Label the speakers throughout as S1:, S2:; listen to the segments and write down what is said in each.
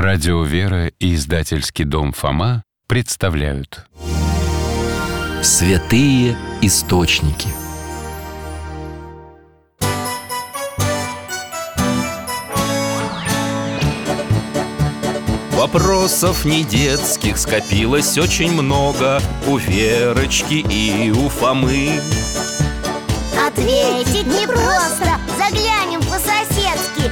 S1: Радио «Вера» и издательский дом «Фома» представляют
S2: Святые источники.
S3: Вопросов не детских скопилось очень много У Верочки и у Фомы
S4: Ответить непросто Заглянем по-соседски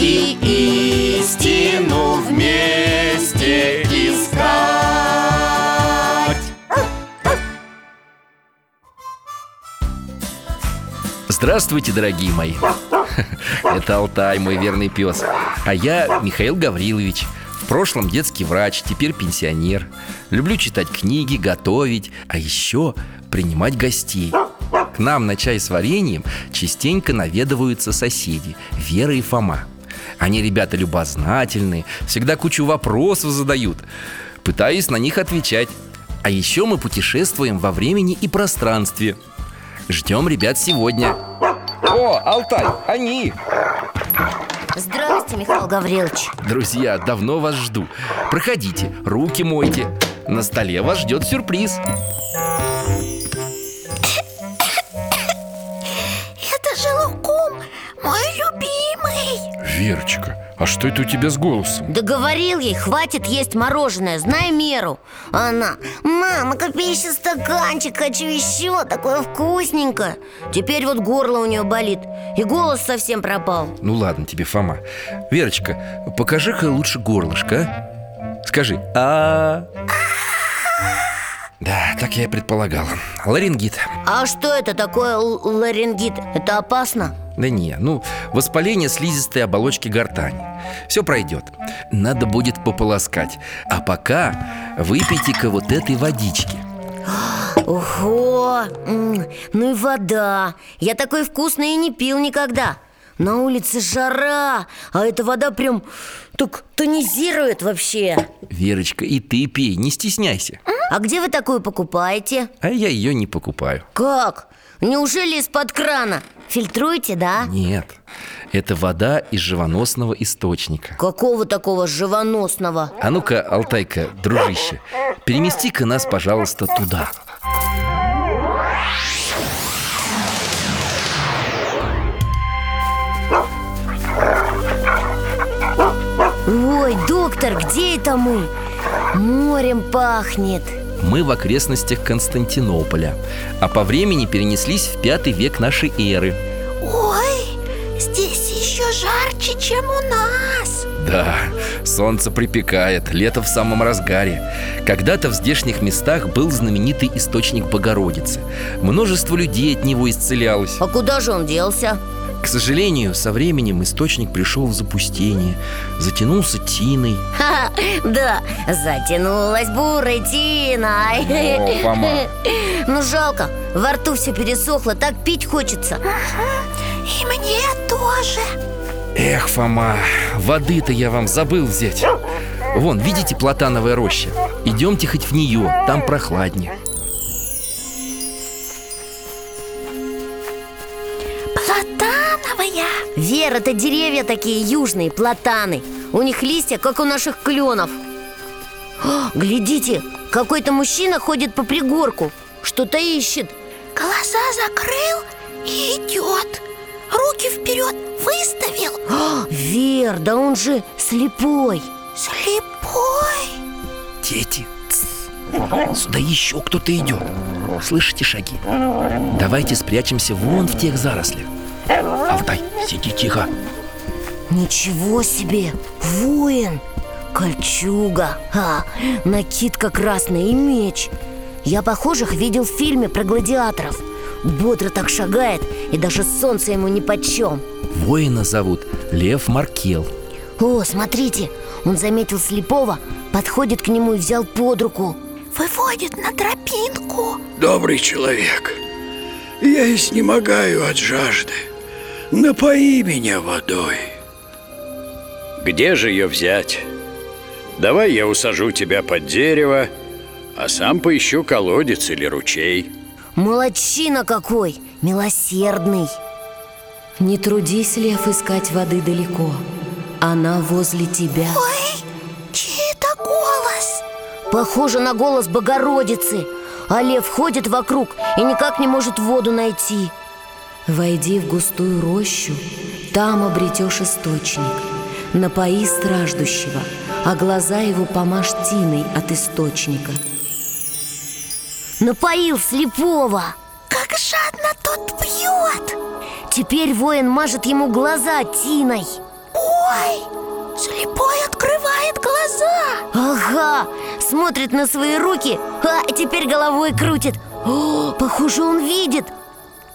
S3: И истину вместе искать
S2: Здравствуйте, дорогие мои. Это Алтай, мой верный пес. А я Михаил Гаврилович. В прошлом детский врач, теперь пенсионер. Люблю читать книги, готовить, а еще принимать гостей. К нам на чай с вареньем частенько наведываются соседи Вера и Фома. Они ребята любознательные, всегда кучу вопросов задают. Пытаюсь на них отвечать. А еще мы путешествуем во времени и пространстве. Ждем ребят сегодня. О, Алтай, они!
S4: Здравствуйте, Михаил Гаврилович
S2: Друзья, давно вас жду. Проходите, руки мойте. На столе вас ждет сюрприз.
S4: Это же лукум, мой любимый
S5: Верочка, а что это у тебя с голосом?
S4: Договорил ей, хватит есть мороженое, знай меру Она, мама, купи еще стаканчик, хочу еще, такое вкусненькое Теперь вот горло у нее болит, и голос совсем пропал
S2: Ну ладно тебе, Фома. Верочка, покажи-ка лучше горлышко. а? Скажи. А. Да, так я и предполагала. Ларингит.
S4: А что это такое л- ларингит? Это опасно?
S2: Да не, ну, воспаление слизистой оболочки гортани. Все пройдет. Надо будет пополоскать. А пока выпейте-ка вот этой водички.
S4: Ого, м, ну и вода Я такой вкусной и не пил никогда На улице жара, а эта вода прям так тонизирует вообще
S2: Верочка, и ты пей, не стесняйся.
S4: А где вы такую покупаете?
S2: А я ее не покупаю.
S4: Как? Неужели из-под крана? Фильтруете, да?
S2: Нет, это вода из живоносного источника.
S4: Какого такого живоносного?
S2: А ну-ка, Алтайка, дружище, перемести-ка нас, пожалуйста, туда.
S4: Ой, доктор, где это мы? Морем пахнет
S2: Мы в окрестностях Константинополя, а по времени перенеслись в пятый век нашей эры.
S4: Ой, здесь еще жарче, чем у нас
S2: Да, солнце припекает, лето в самом разгаре. Когда-то в здешних местах был знаменитый источник Богородицы. Множество людей от него исцелялось.
S4: А куда же он делся?
S2: К сожалению, со временем источник пришел в запустение, затянулся тиной.
S4: Ха, да, затянулась бурой тиной
S2: О, Фома.
S4: Ну жалко, во рту все пересохло, так пить хочется И мне тоже
S2: Эх, Фома, воды-то я вам забыл взять. Вон, видите платановая роща? Идемте хоть в нее, там прохладнее.
S4: Платановая Вера, это деревья такие южные, платаны У них листья, как у наших кленов О, Глядите, какой-то мужчина ходит по пригорку Что-то ищет
S6: Глаза закрыл и идет Руки вперед выставил
S4: О, А, Вер, да он же слепой
S6: Слепой
S2: Дети, тс, сюда еще кто-то идет. Слышите шаги? Давайте спрячемся вон в тех зарослях. Алтай, сиди тихо.
S4: Ничего себе! Воин! Кольчуга! А, накидка красная и меч! Я похожих видел в фильме про гладиаторов Бодро так шагает, и даже солнце ему нипочем
S2: Воина зовут Лев Маркел.
S4: О, смотрите, он заметил слепого, подходит к нему и взял под руку
S6: выводит на тропинку.
S7: добрый человек. Я изнемогаю от жажды. Напои меня водой. Где же ее взять? Давай я усажу тебя под дерево, а сам поищу колодец или ручей.
S4: Молодчина какой, милосердный
S8: Не трудись, лев, искать воды далеко. Она возле тебя.
S6: Чей это голос?
S4: Похоже на голос Богородицы А лев ходит вокруг и никак не может воду найти
S8: Войди в густую рощу, там обретешь источник. Напои страждущего, а глаза его помажь тиной от источника.
S4: Напоил слепого
S6: Как жадно тот пьет!
S4: Теперь воин мажет ему глаза тиной
S6: Ой, слепой открывает глаза!
S4: Ага, смотрит на свои руки, а теперь головой крутит О, похоже, он видит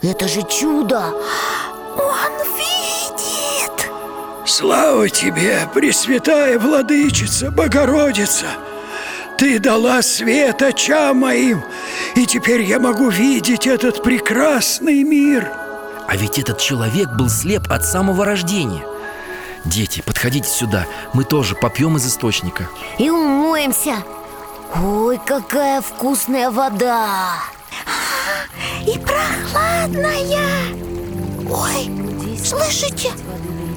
S4: Это же чудо
S6: Он видит!
S7: Слава тебе, Пресвятая Владычица, Богородица! Ты дала свет очам моим, и теперь я могу видеть этот прекрасный мир.
S2: А ведь этот человек был слеп от самого рождения Дети, подходите сюда Мы тоже попьем из источника
S4: И умоемся Ой, какая вкусная вода
S6: И прохладная! Ой, слышите?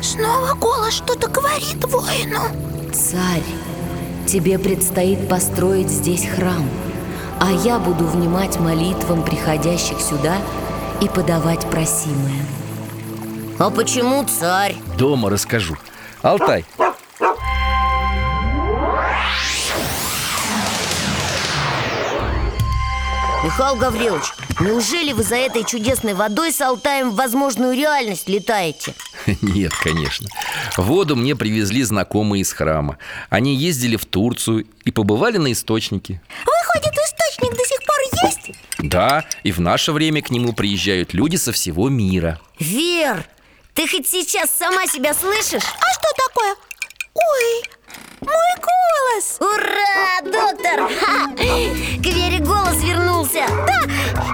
S6: Снова голос что-то говорит воину
S8: Царь, тебе предстоит построить здесь храм, а я буду внимать молитвам приходящих сюда и подавать просимое.
S4: А почему царь?
S2: Дома расскажу Алтай,
S4: Михаил Гаврилович, неужели вы за этой чудесной водой с Алтаем в возможную реальность летаете?
S2: Нет, конечно. Воду мне привезли знакомые из храма. Они ездили в Турцию и побывали на источнике.
S6: Выходит, источник до сих пор есть?
S2: Да, и в наше время к нему приезжают люди со всего мира.
S4: Вер, ты хоть сейчас сама себя слышишь?
S6: А что такое? Ой, мой голос!
S4: Ура, доктор! Ха! К Вере голос вернулся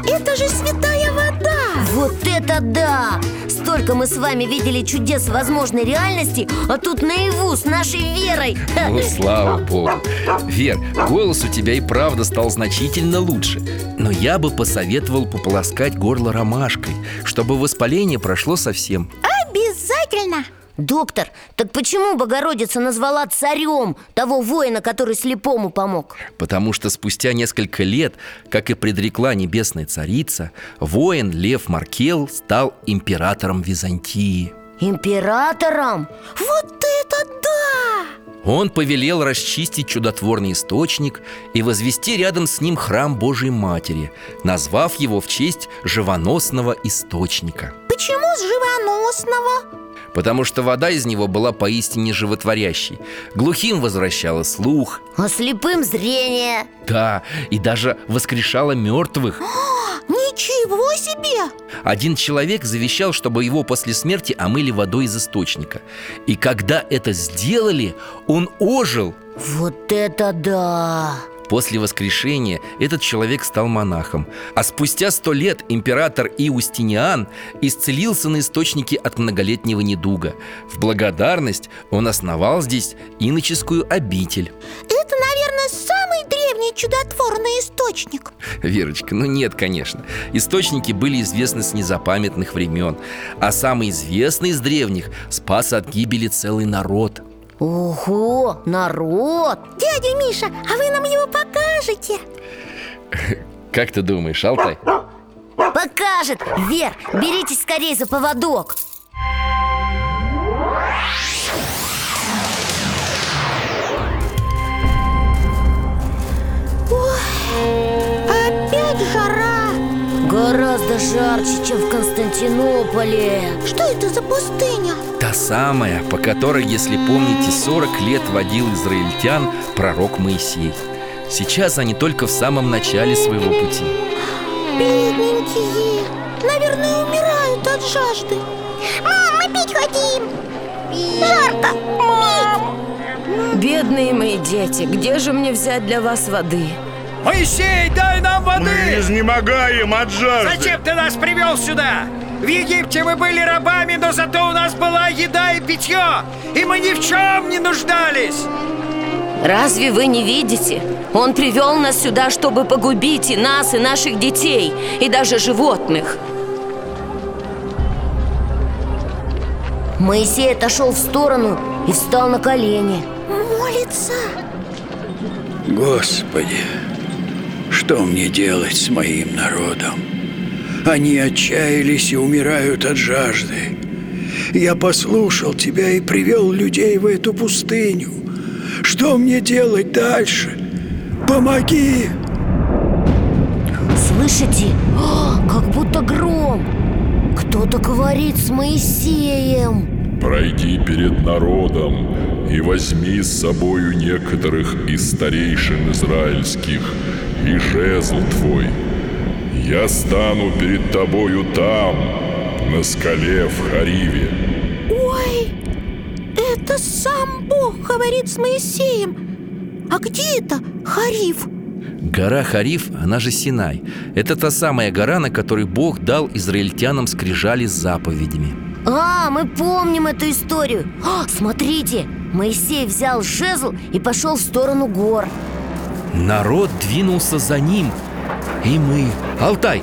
S6: Это же святая вода!
S4: Вот это да! Столько мы с вами видели чудес возможной реальности А тут наяву с нашей Верой Ха!
S2: Ну, слава богу. Вер, голос у тебя и правда стал значительно лучше. Но я бы посоветовал пополоскать горло ромашкой, чтобы воспаление прошло совсем.
S6: Обязательно!
S4: Доктор, так почему Богородица назвала царем того воина, который слепому помог?
S2: Потому что спустя несколько лет, как и предрекла небесная царица, воин Лев Маркел стал императором Византии.
S4: Императором?
S6: Вот это да!
S2: Он повелел расчистить чудотворный источник и возвести рядом с ним храм Божьей Матери, назвав его в честь живоносного источника.
S6: Почему с живоносного?
S2: Потому что вода из него была поистине животворящей. Глухим возвращала слух,
S4: А слепым зрение
S2: да, и даже воскрешала мертвых.
S6: Ничего себе!
S2: Один человек завещал, чтобы его после смерти омыли водой из источника. И когда это сделали, он ожил.
S4: Вот это да!
S2: После воскрешения этот человек стал монахом, а спустя сто лет император Иустиниан исцелился на источнике от многолетнего недуга. В благодарность он основал здесь иноческую обитель.
S6: Это, наверное, самый древний чудотворный источник
S2: Верочка, ну нет, конечно. Источники были известны с незапамятных времен, а самый известный из древних спас от гибели целый народ.
S4: Ого, народ!
S6: Дядя Миша, а вы нам его покажете?
S2: Как ты думаешь, Алтай?
S4: Покажет! Вер, беритесь скорее за поводок!
S6: Опять жара!
S4: Гораздо жарче, чем в Константинополе
S6: Что это за пустыня?
S2: Та самая, по которой, если помните, 40 лет водил израильтян пророк Моисей. Сейчас они только в самом начале своего пути.
S6: Бедненькие Наверное, умирают от жажды Мам, мы пить хотим Жарко! Пить!
S8: Бедные мои дети, где же мне взять для вас воды?
S9: Моисей, дай нам воды!
S5: изнемогаем от жажды.
S9: Зачем ты нас привел сюда? В Египте мы были рабами, но зато у нас была еда и питье, и мы ни в чем не нуждались.
S8: Разве вы не видите? Он привел нас сюда, чтобы погубить и нас, и наших детей, и даже животных.
S4: Моисей отошел в сторону и встал на колени
S6: Молится
S7: Господи, что мне делать с моим народом? Они отчаялись и умирают от жажды. Я послушал тебя и привел людей в эту пустыню. Что мне делать дальше? Помоги!
S4: Слышите? О, как будто гром Кто-то говорит с Моисеем
S10: Пройди перед народом и возьми с собою некоторых из старейшин израильских и жезл твой. Я стану перед тобою там, на скале в Хариве.
S6: Ой, это сам Бог говорит с Моисеем А где это Хариф?
S2: Гора Хариф, она же Синай Это та самая гора, на которой Бог дал израильтянам скрижали с заповедями
S4: А, мы помним эту историю О, Смотрите, Моисей взял жезл и пошел в сторону гор
S2: Народ двинулся за ним И мы Алтай,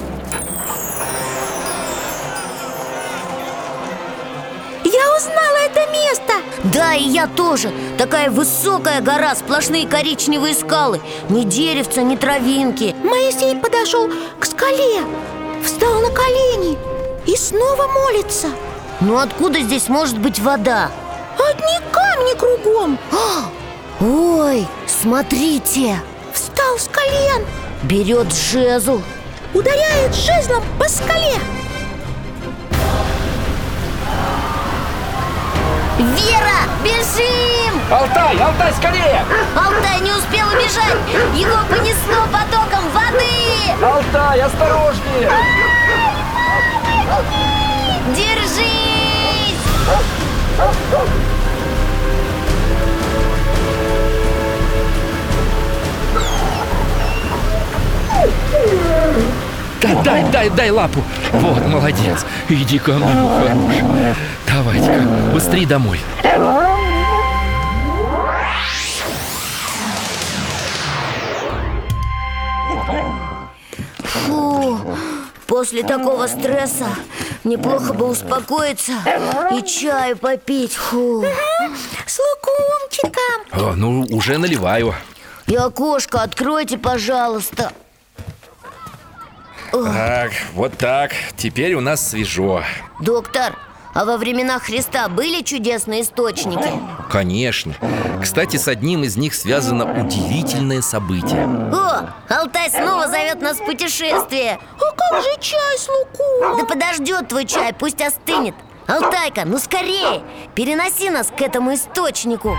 S6: Я узнала это место
S4: Да, и я тоже Такая высокая гора, сплошные коричневые скалы Ни деревца, ни травинки
S6: Моисей подошел к скале Встал на колени И снова молится
S4: Ну откуда здесь может быть вода?
S6: Одни камни кругом
S4: А! Ой, смотрите
S6: Встал с колен
S4: Берет жезл
S6: Ударяет жезлом по скале
S4: Вера, бежим!
S2: Алтай, Алтай, скорее!
S4: Алтай не успел убежать Его понесло потоком воды
S2: Алтай, осторожнее!
S4: Держись!
S2: Да, дай, дай, дай лапу Вот, молодец Иди ко мне, хорош Давайте-ка, быстрей домой
S4: Фу, после такого стресса неплохо бы успокоиться и чаю попить Фу,
S6: С лукомчиком
S2: О, Ну, уже наливаю
S4: и окошко откройте, пожалуйста
S2: Так, вот так Теперь у нас свежо
S4: Доктор, а во времена Христа были чудесные источники?
S2: Конечно Кстати, с одним из них связано удивительное событие
S4: О, Алтай снова зовет нас в путешествие
S6: А как же чай с луком?
S4: Да подождет твой чай, пусть остынет Алтайка, ну скорее, переноси нас к этому источнику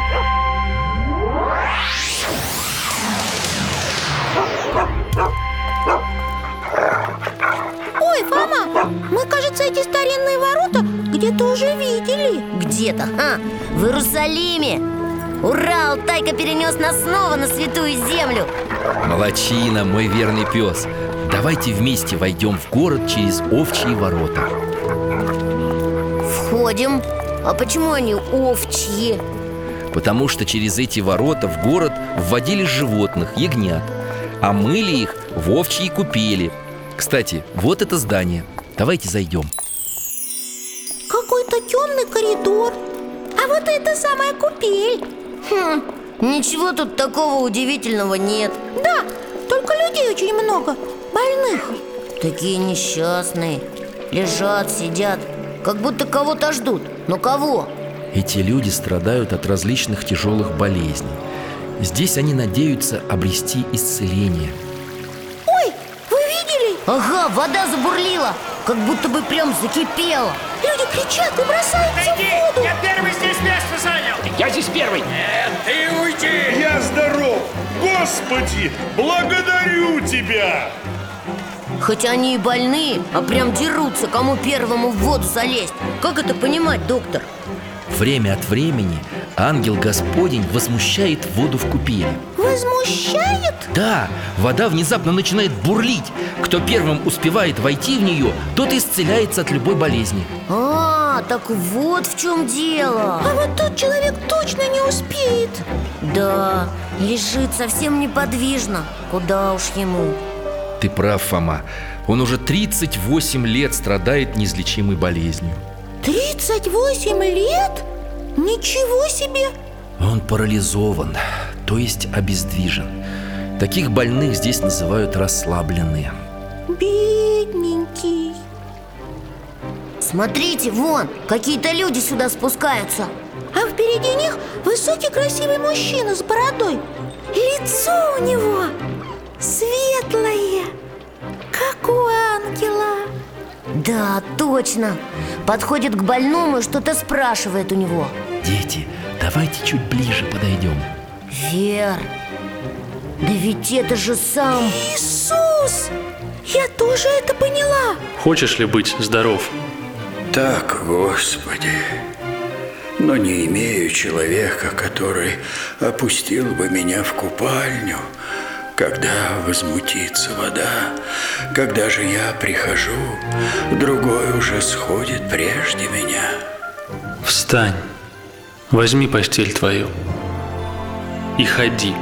S6: Ой, Фома, мы, кажется, эти старинные ворота где-то уже видели
S4: Где-то, а, в Иерусалиме Ура, Алтайка перенес нас снова на святую землю
S2: Молодчина, мой верный пес Давайте вместе войдем в город через овчьи ворота
S4: Входим А почему они овчьи?
S2: Потому что через эти ворота в город вводили животных, ягнят А мыли их в овчьи купели Кстати, вот это здание Давайте зайдем
S6: Какой-то темный коридор А вот это самая купель
S4: Хм, ничего тут такого удивительного нет
S6: Да, только людей очень много Больных
S4: Такие несчастные Лежат, сидят Как будто кого-то ждут Но кого?
S2: Эти люди страдают от различных тяжелых болезней Здесь они надеются обрести исцеление
S6: Ой, вы видели?
S4: Ага, вода забурлила Как будто бы прям закипела
S6: Люди кричат и бросаются в воду
S9: я первый здесь место занял Я здесь первый ты уйди
S10: Я здоров! Господи, благодарю тебя!
S4: Хоть они и больные, а прям дерутся, кому первому в воду залезть Как это понимать, доктор?
S2: Время от времени ангел Господень возмущает воду в купели.
S6: Возмущает?
S2: Да, вода внезапно начинает бурлить. Кто первым успевает войти в нее, тот исцеляется от любой болезни.
S4: А, так вот в чем дело
S6: А вот тут человек точно не успеет
S4: Да, лежит совсем неподвижно Куда уж ему
S2: Ты прав, Фома. Он уже 38 лет страдает неизлечимой болезнью.
S6: 38 лет? Ничего себе!
S2: Он парализован, то есть обездвижен. Таких больных здесь называют расслабленные.
S6: Бедненький
S4: Смотрите, вон, какие-то люди сюда спускаются
S6: А впереди них высокий красивый мужчина с бородой Лицо у него светлое, как у ангела
S4: Да, точно Подходит к больному и что-то спрашивает у него
S2: Дети, давайте чуть ближе подойдем
S4: Вер, да ведь это же сам...
S6: Иисус! Я тоже это поняла
S11: Хочешь ли быть здоров?
S7: Так, Господи, но не имею человека, который опустил бы меня в купальню, когда возмутится вода, когда же я прихожу, другой уже сходит прежде меня.
S11: Встань, возьми постель твою и ходи.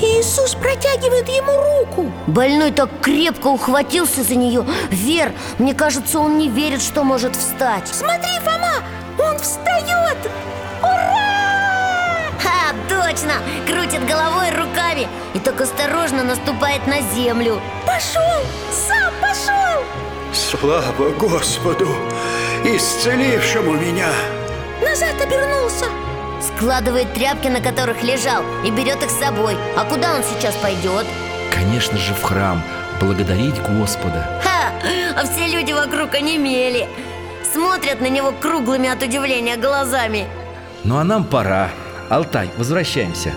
S6: Иисус протягивает ему руку
S4: Больной так крепко ухватился за нее Вер, мне кажется, он не верит, что может встать
S6: Смотри, Фома, он встает! Ура!
S4: Ха, точно! Крутит головой руками И так осторожно наступает на землю
S6: Пошел! Сам пошел!
S7: Слава Господу, исцелившему меня!
S6: Назад обернулся!
S4: Складывает тряпки, на которых лежал, и берет их с собой. А куда он сейчас пойдет?
S2: Конечно же, в храм. Благодарить Господа.
S4: Ха! А все люди вокруг онемели. Смотрят на него круглыми от удивления глазами.
S2: Ну а нам пора. Алтай, возвращаемся.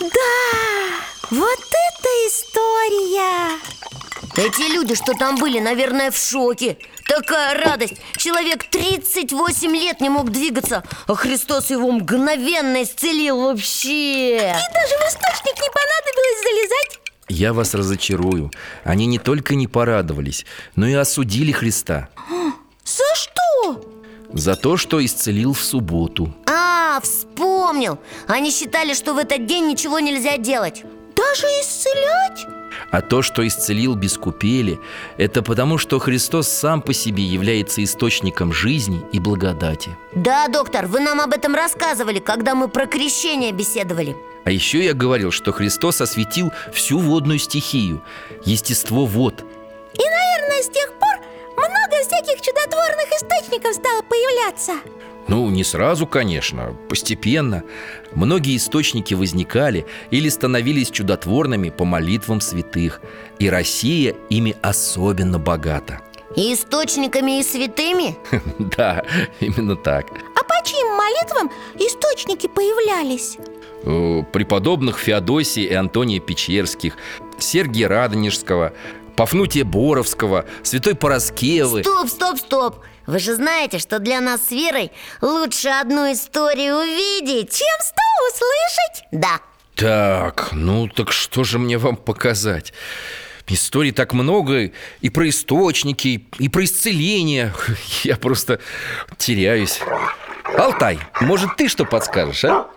S6: Да! Вот это история!
S4: Эти люди, что там были, наверное, в шоке Такая радость! Человек 38 лет не мог двигаться А Христос его мгновенно исцелил вообще И
S6: даже в источник не понадобилось залезать
S2: Я вас разочарую Они не только не порадовались, но и осудили Христа
S6: За что?
S2: За то, что исцелил в субботу
S4: А, вспомнил! Они считали, что в этот день ничего нельзя делать
S6: Даже исцелять?
S2: А то, что исцелил без купели, это потому, что Христос сам по себе является источником жизни и благодати.
S4: Да, доктор, вы нам об этом рассказывали, когда мы про крещение беседовали.
S2: А еще я говорил, что Христос осветил всю водную стихию, естество вод.
S6: И, наверное, с тех пор много всяких чудотворных источников стало появляться.
S2: Ну, не сразу, конечно, постепенно. Многие источники возникали или становились чудотворными по молитвам святых, и Россия ими особенно богата.
S4: И источниками, и святыми?
S2: Да, именно так.
S6: А по чьим молитвам источники появлялись?
S2: э, Преподобных Феодосии и Антония Печерских, Сергия Радонежского, Пафнутия Боровского, Святой Пороскевы
S4: Стоп, стоп, стоп! Вы же знаете, что для нас с Верой лучше одну историю увидеть,
S6: чем сто услышать
S4: Да
S2: Так, ну так что же мне вам показать? Историй так много, и про источники, и про исцеление Я просто теряюсь Алтай, может ты что подскажешь, а?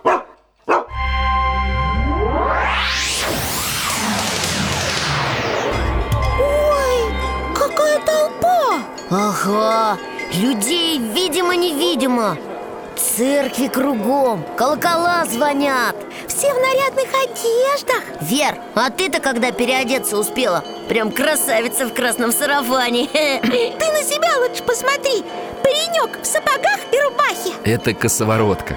S4: Ага, людей видимо-невидимо Церкви кругом, колокола звонят
S6: Все в нарядных одеждах
S4: Вер, а ты-то когда переодеться успела? Прям красавица в красном сарафане
S6: Ты на себя лучше посмотри Паренек в сапогах и рубахе
S2: Это косоворотка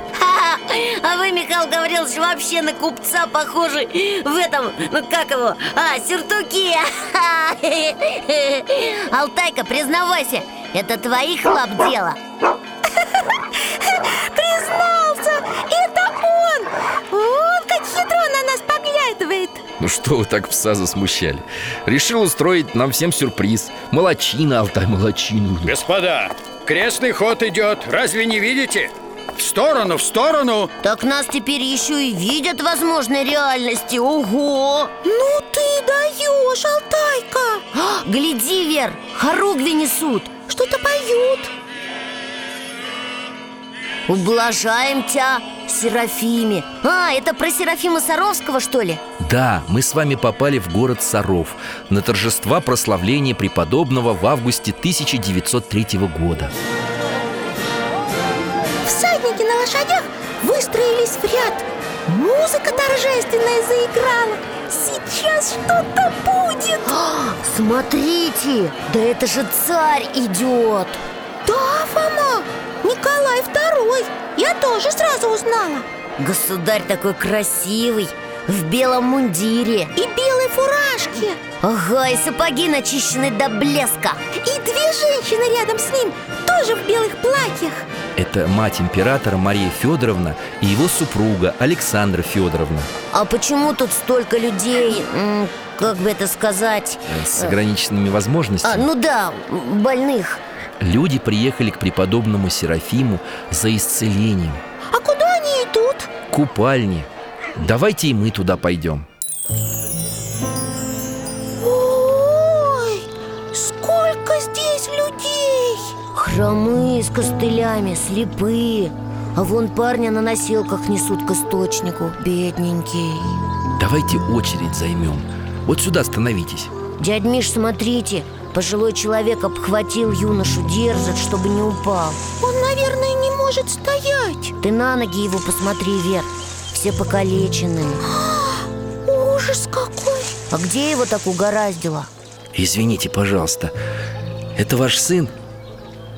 S4: а вы, Михаил Гаврилович, вообще на купца похожи В этом, ну как его, а, сюртуке Алтайка, признавайся, это твоих лап дело
S6: Признался, это он! Вот как хитро на нас поглядывает
S2: Ну что вы так пса засмущали? Решил устроить нам всем сюрприз. Молочина, Алтай, молочину.
S7: Господа, крестный ход идет, разве не видите? В сторону, в сторону!
S4: Так нас теперь еще и видят возможной реальности Ого!
S6: Ну ты даешь, Алтайка!
S4: А, гляди, Вер, хоругви несут
S6: Что-то поют
S4: Ублажаем тебя, Серафиме А, это про Серафима Саровского, что ли?
S2: Да, мы с вами попали в город Саров на торжества прославления преподобного в августе 1903 года.
S6: Всадники на лошадях выстроились в ряд Музыка торжественная заиграла Сейчас что-то будет
S4: А, смотрите, да это же царь идет
S6: Да, Фома, Николай II Я тоже сразу узнала
S4: Государь такой красивый, в белом мундире
S6: И белой фуражке
S4: Ага, и сапоги начищены до блеска
S6: И две женщины рядом с ним тоже в белых платьях
S2: Это мать императора Мария Федоровна и его супруга Александра Федоровна.
S4: А почему тут столько людей, м, как бы это сказать?
S2: Э, С ограниченными возможностями.
S4: Э. А, ну да, больных
S2: Люди приехали к преподобному Серафиму за исцелением.
S6: А куда они идут?
S2: Купальни. Давайте и мы туда пойдем.
S6: Ой, сколько здесь людей!
S4: Хромые с костылями, слепые А вон парня на носилках несут к источнику Бедненький
S2: Давайте очередь займем. Вот сюда становитесь.
S4: Дядь Миш, смотрите Пожилой человек обхватил юношу, держит, чтобы не упал
S6: Он, наверное, не может стоять
S4: Ты на ноги его посмотри, Вер Все покалеченные
S6: А, Ужас какой!
S4: А где его так угораздило?
S2: Извините, пожалуйста. Это ваш сын?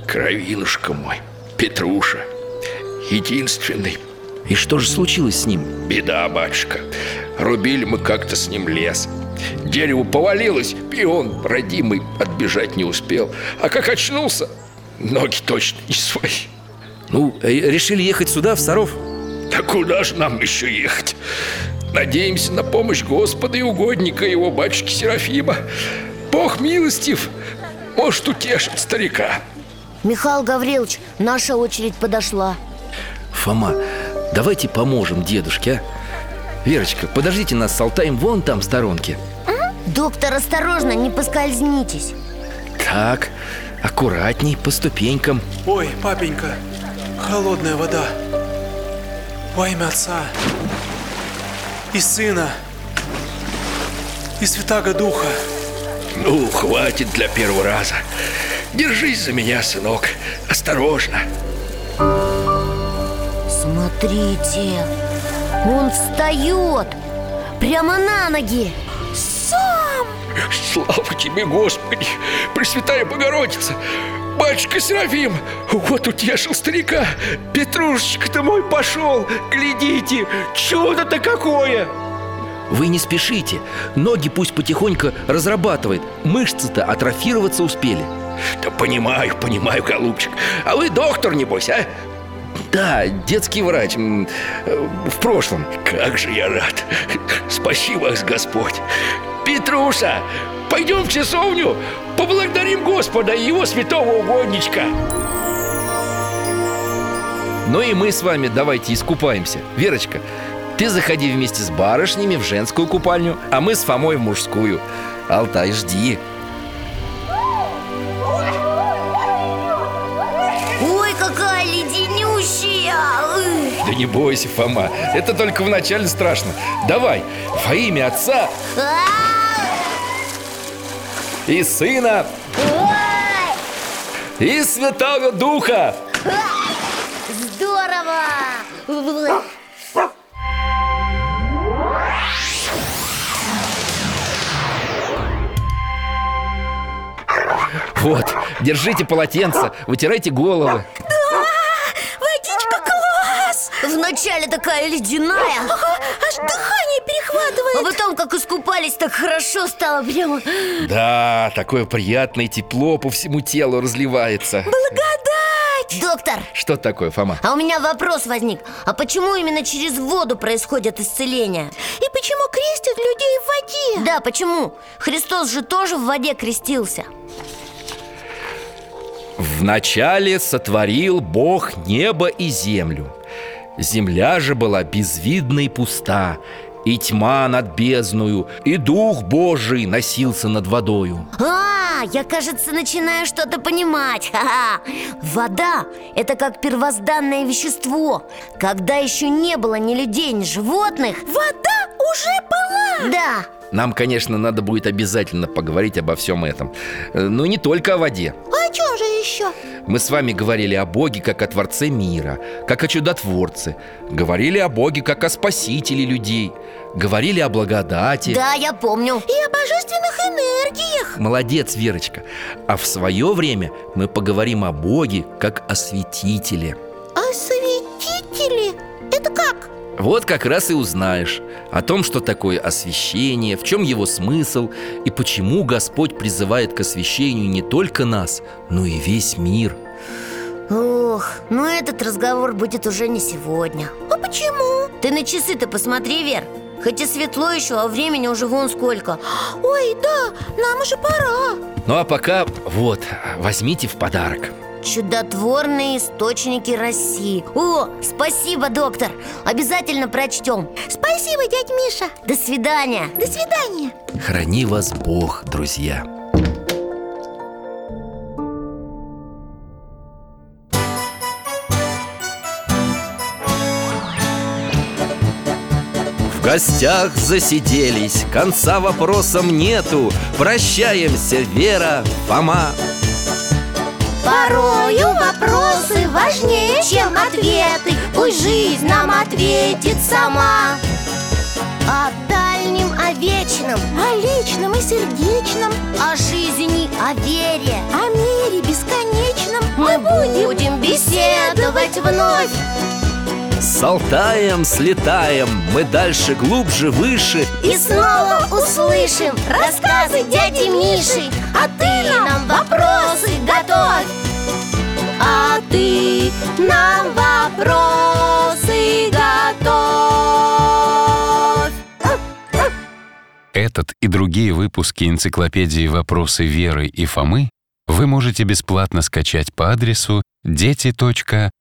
S7: Кровинушка мой, Петруша, единственный.
S2: И что же случилось с ним?
S7: Беда, батюшка. Рубили мы как-то с ним лес. Дерево повалилось, и он, родимый, отбежать не успел. А как очнулся, ноги точно не свои.
S2: Ну, э, решили ехать сюда, в Саров?
S7: Да куда же нам еще ехать? Надеемся на помощь Господа и угодника его батюшки Серафима. Бог милостив, может утешить старика.
S4: Михаил Гаврилович, наша очередь подошла
S2: Фома, давайте поможем дедушке, а? Верочка, подождите нас с Алтаем вон там в сторонке.
S4: Доктор, осторожно, не поскользнитесь
S2: Так, аккуратней, по ступенькам.
S12: Ой, папенька, холодная вода. Во имя Отца и Сына и Святаго Духа.
S7: Ну, хватит для первого раза. Держись за меня, сынок. Осторожно.
S4: Смотрите, он встает прямо на ноги
S6: Сам!
S7: Слава тебе, Господи! Пресвятая Богородица! Батюшка Серафим, вот утешил старика Петрушечка-то мой пошел Глядите, чудо-то какое!
S2: Вы не спешите. Ноги пусть потихоньку разрабатывает. Мышцы-то атрофироваться успели.
S7: Да понимаю, понимаю, голубчик А вы доктор, небось, а?
S2: Да, детский врач. м, э, В прошлом.
S7: Как же я рад! Спаси вас, Господь! Петруша, пойдем в часовню, поблагодарим Господа и его святого угодничка.
S2: Ну и мы с вами давайте искупаемся. Верочка, ты заходи вместе с барышнями в женскую купальню, а мы с Фомой в мужскую. Алтай, жди.
S4: Ой, какая леденющая Эх.
S2: Да не бойся, Фома, это только вначале страшно. Давай, во имя отца
S4: А!
S2: и сына
S4: Ой,
S2: и святого духа.
S4: здорово!
S2: Вот, держите полотенце, вытирайте головы.
S6: Водичка класс!
S4: Вначале такая ледяная,
S6: Ага, аж дыхание
S4: а
S6: перехватывает
S4: потом, как искупались, так хорошо стало прямо.
S2: Да, такое приятное тепло по всему телу разливается.
S4: Доктор,
S2: Что такое, Фома?
S4: а у меня вопрос возник. А почему именно через воду происходит исцеление?
S6: И почему крестят людей во воде?
S4: Да, почему? Христос же тоже в воде крестился
S2: Вначале сотворил Бог небо и землю. Земля же была безвидна и пуста, и тьма над бездною, и Дух Божий носился над водою.
S4: А, я, кажется, начинаю что-то понимать Ха-ха. Вода – это как первозданное вещество Когда еще не было ни людей, ни животных
S6: Вода уже была!
S4: Да,
S2: Нам, конечно, надо будет обязательно поговорить обо всем этом. Э, Но не только о воде.
S6: А что же еще?
S2: Мы с вами говорили о Боге как о Творце мира, как о чудотворце. Говорили о Боге как о Спасителе людей. Говорили о благодати.
S4: да, я помню
S6: И о божественных энергиях
S2: Молодец, Верочка. А в свое время мы поговорим о Боге как о святителе.
S6: А светители? Это как?
S2: Вот как раз и узнаешь о том, что такое освящение, в чем его смысл и почему Господь призывает к освящению не только нас, но и весь мир.
S4: Ох, ну этот разговор будет уже не сегодня
S6: А почему?
S4: Ты на часы-то посмотри, Вер Хоть и светло еще, а времени уже вон сколько
S6: Ой, да, нам уже пора
S2: Ну а пока вот, возьмите в подарок.
S4: Чудотворные источники России О, спасибо, доктор Обязательно прочтем
S6: Спасибо, дядь Миша
S4: До свидания
S6: До свидания
S2: Храни вас Бог, друзья. В гостях засиделись, конца вопросам нету. Прощаемся, Вера, Фома.
S4: Порою вопросы важнее, чем ответы Пусть жизнь нам ответит сама О дальнем, о вечном,
S6: О личном и сердечном
S4: о жизни, о вере
S6: О мире бесконечном
S4: Мы будем беседовать вновь
S2: С Алтаем слетаем, мы дальше, глубже, выше.
S4: И снова услышим рассказы дяди Миши А ты нам вопросы готовь А ты нам вопросы готовь
S1: Этот и другие выпуски энциклопедии «Вопросы Веры и Фомы» вы можете бесплатно скачать по адресу дети.радиовера.ру.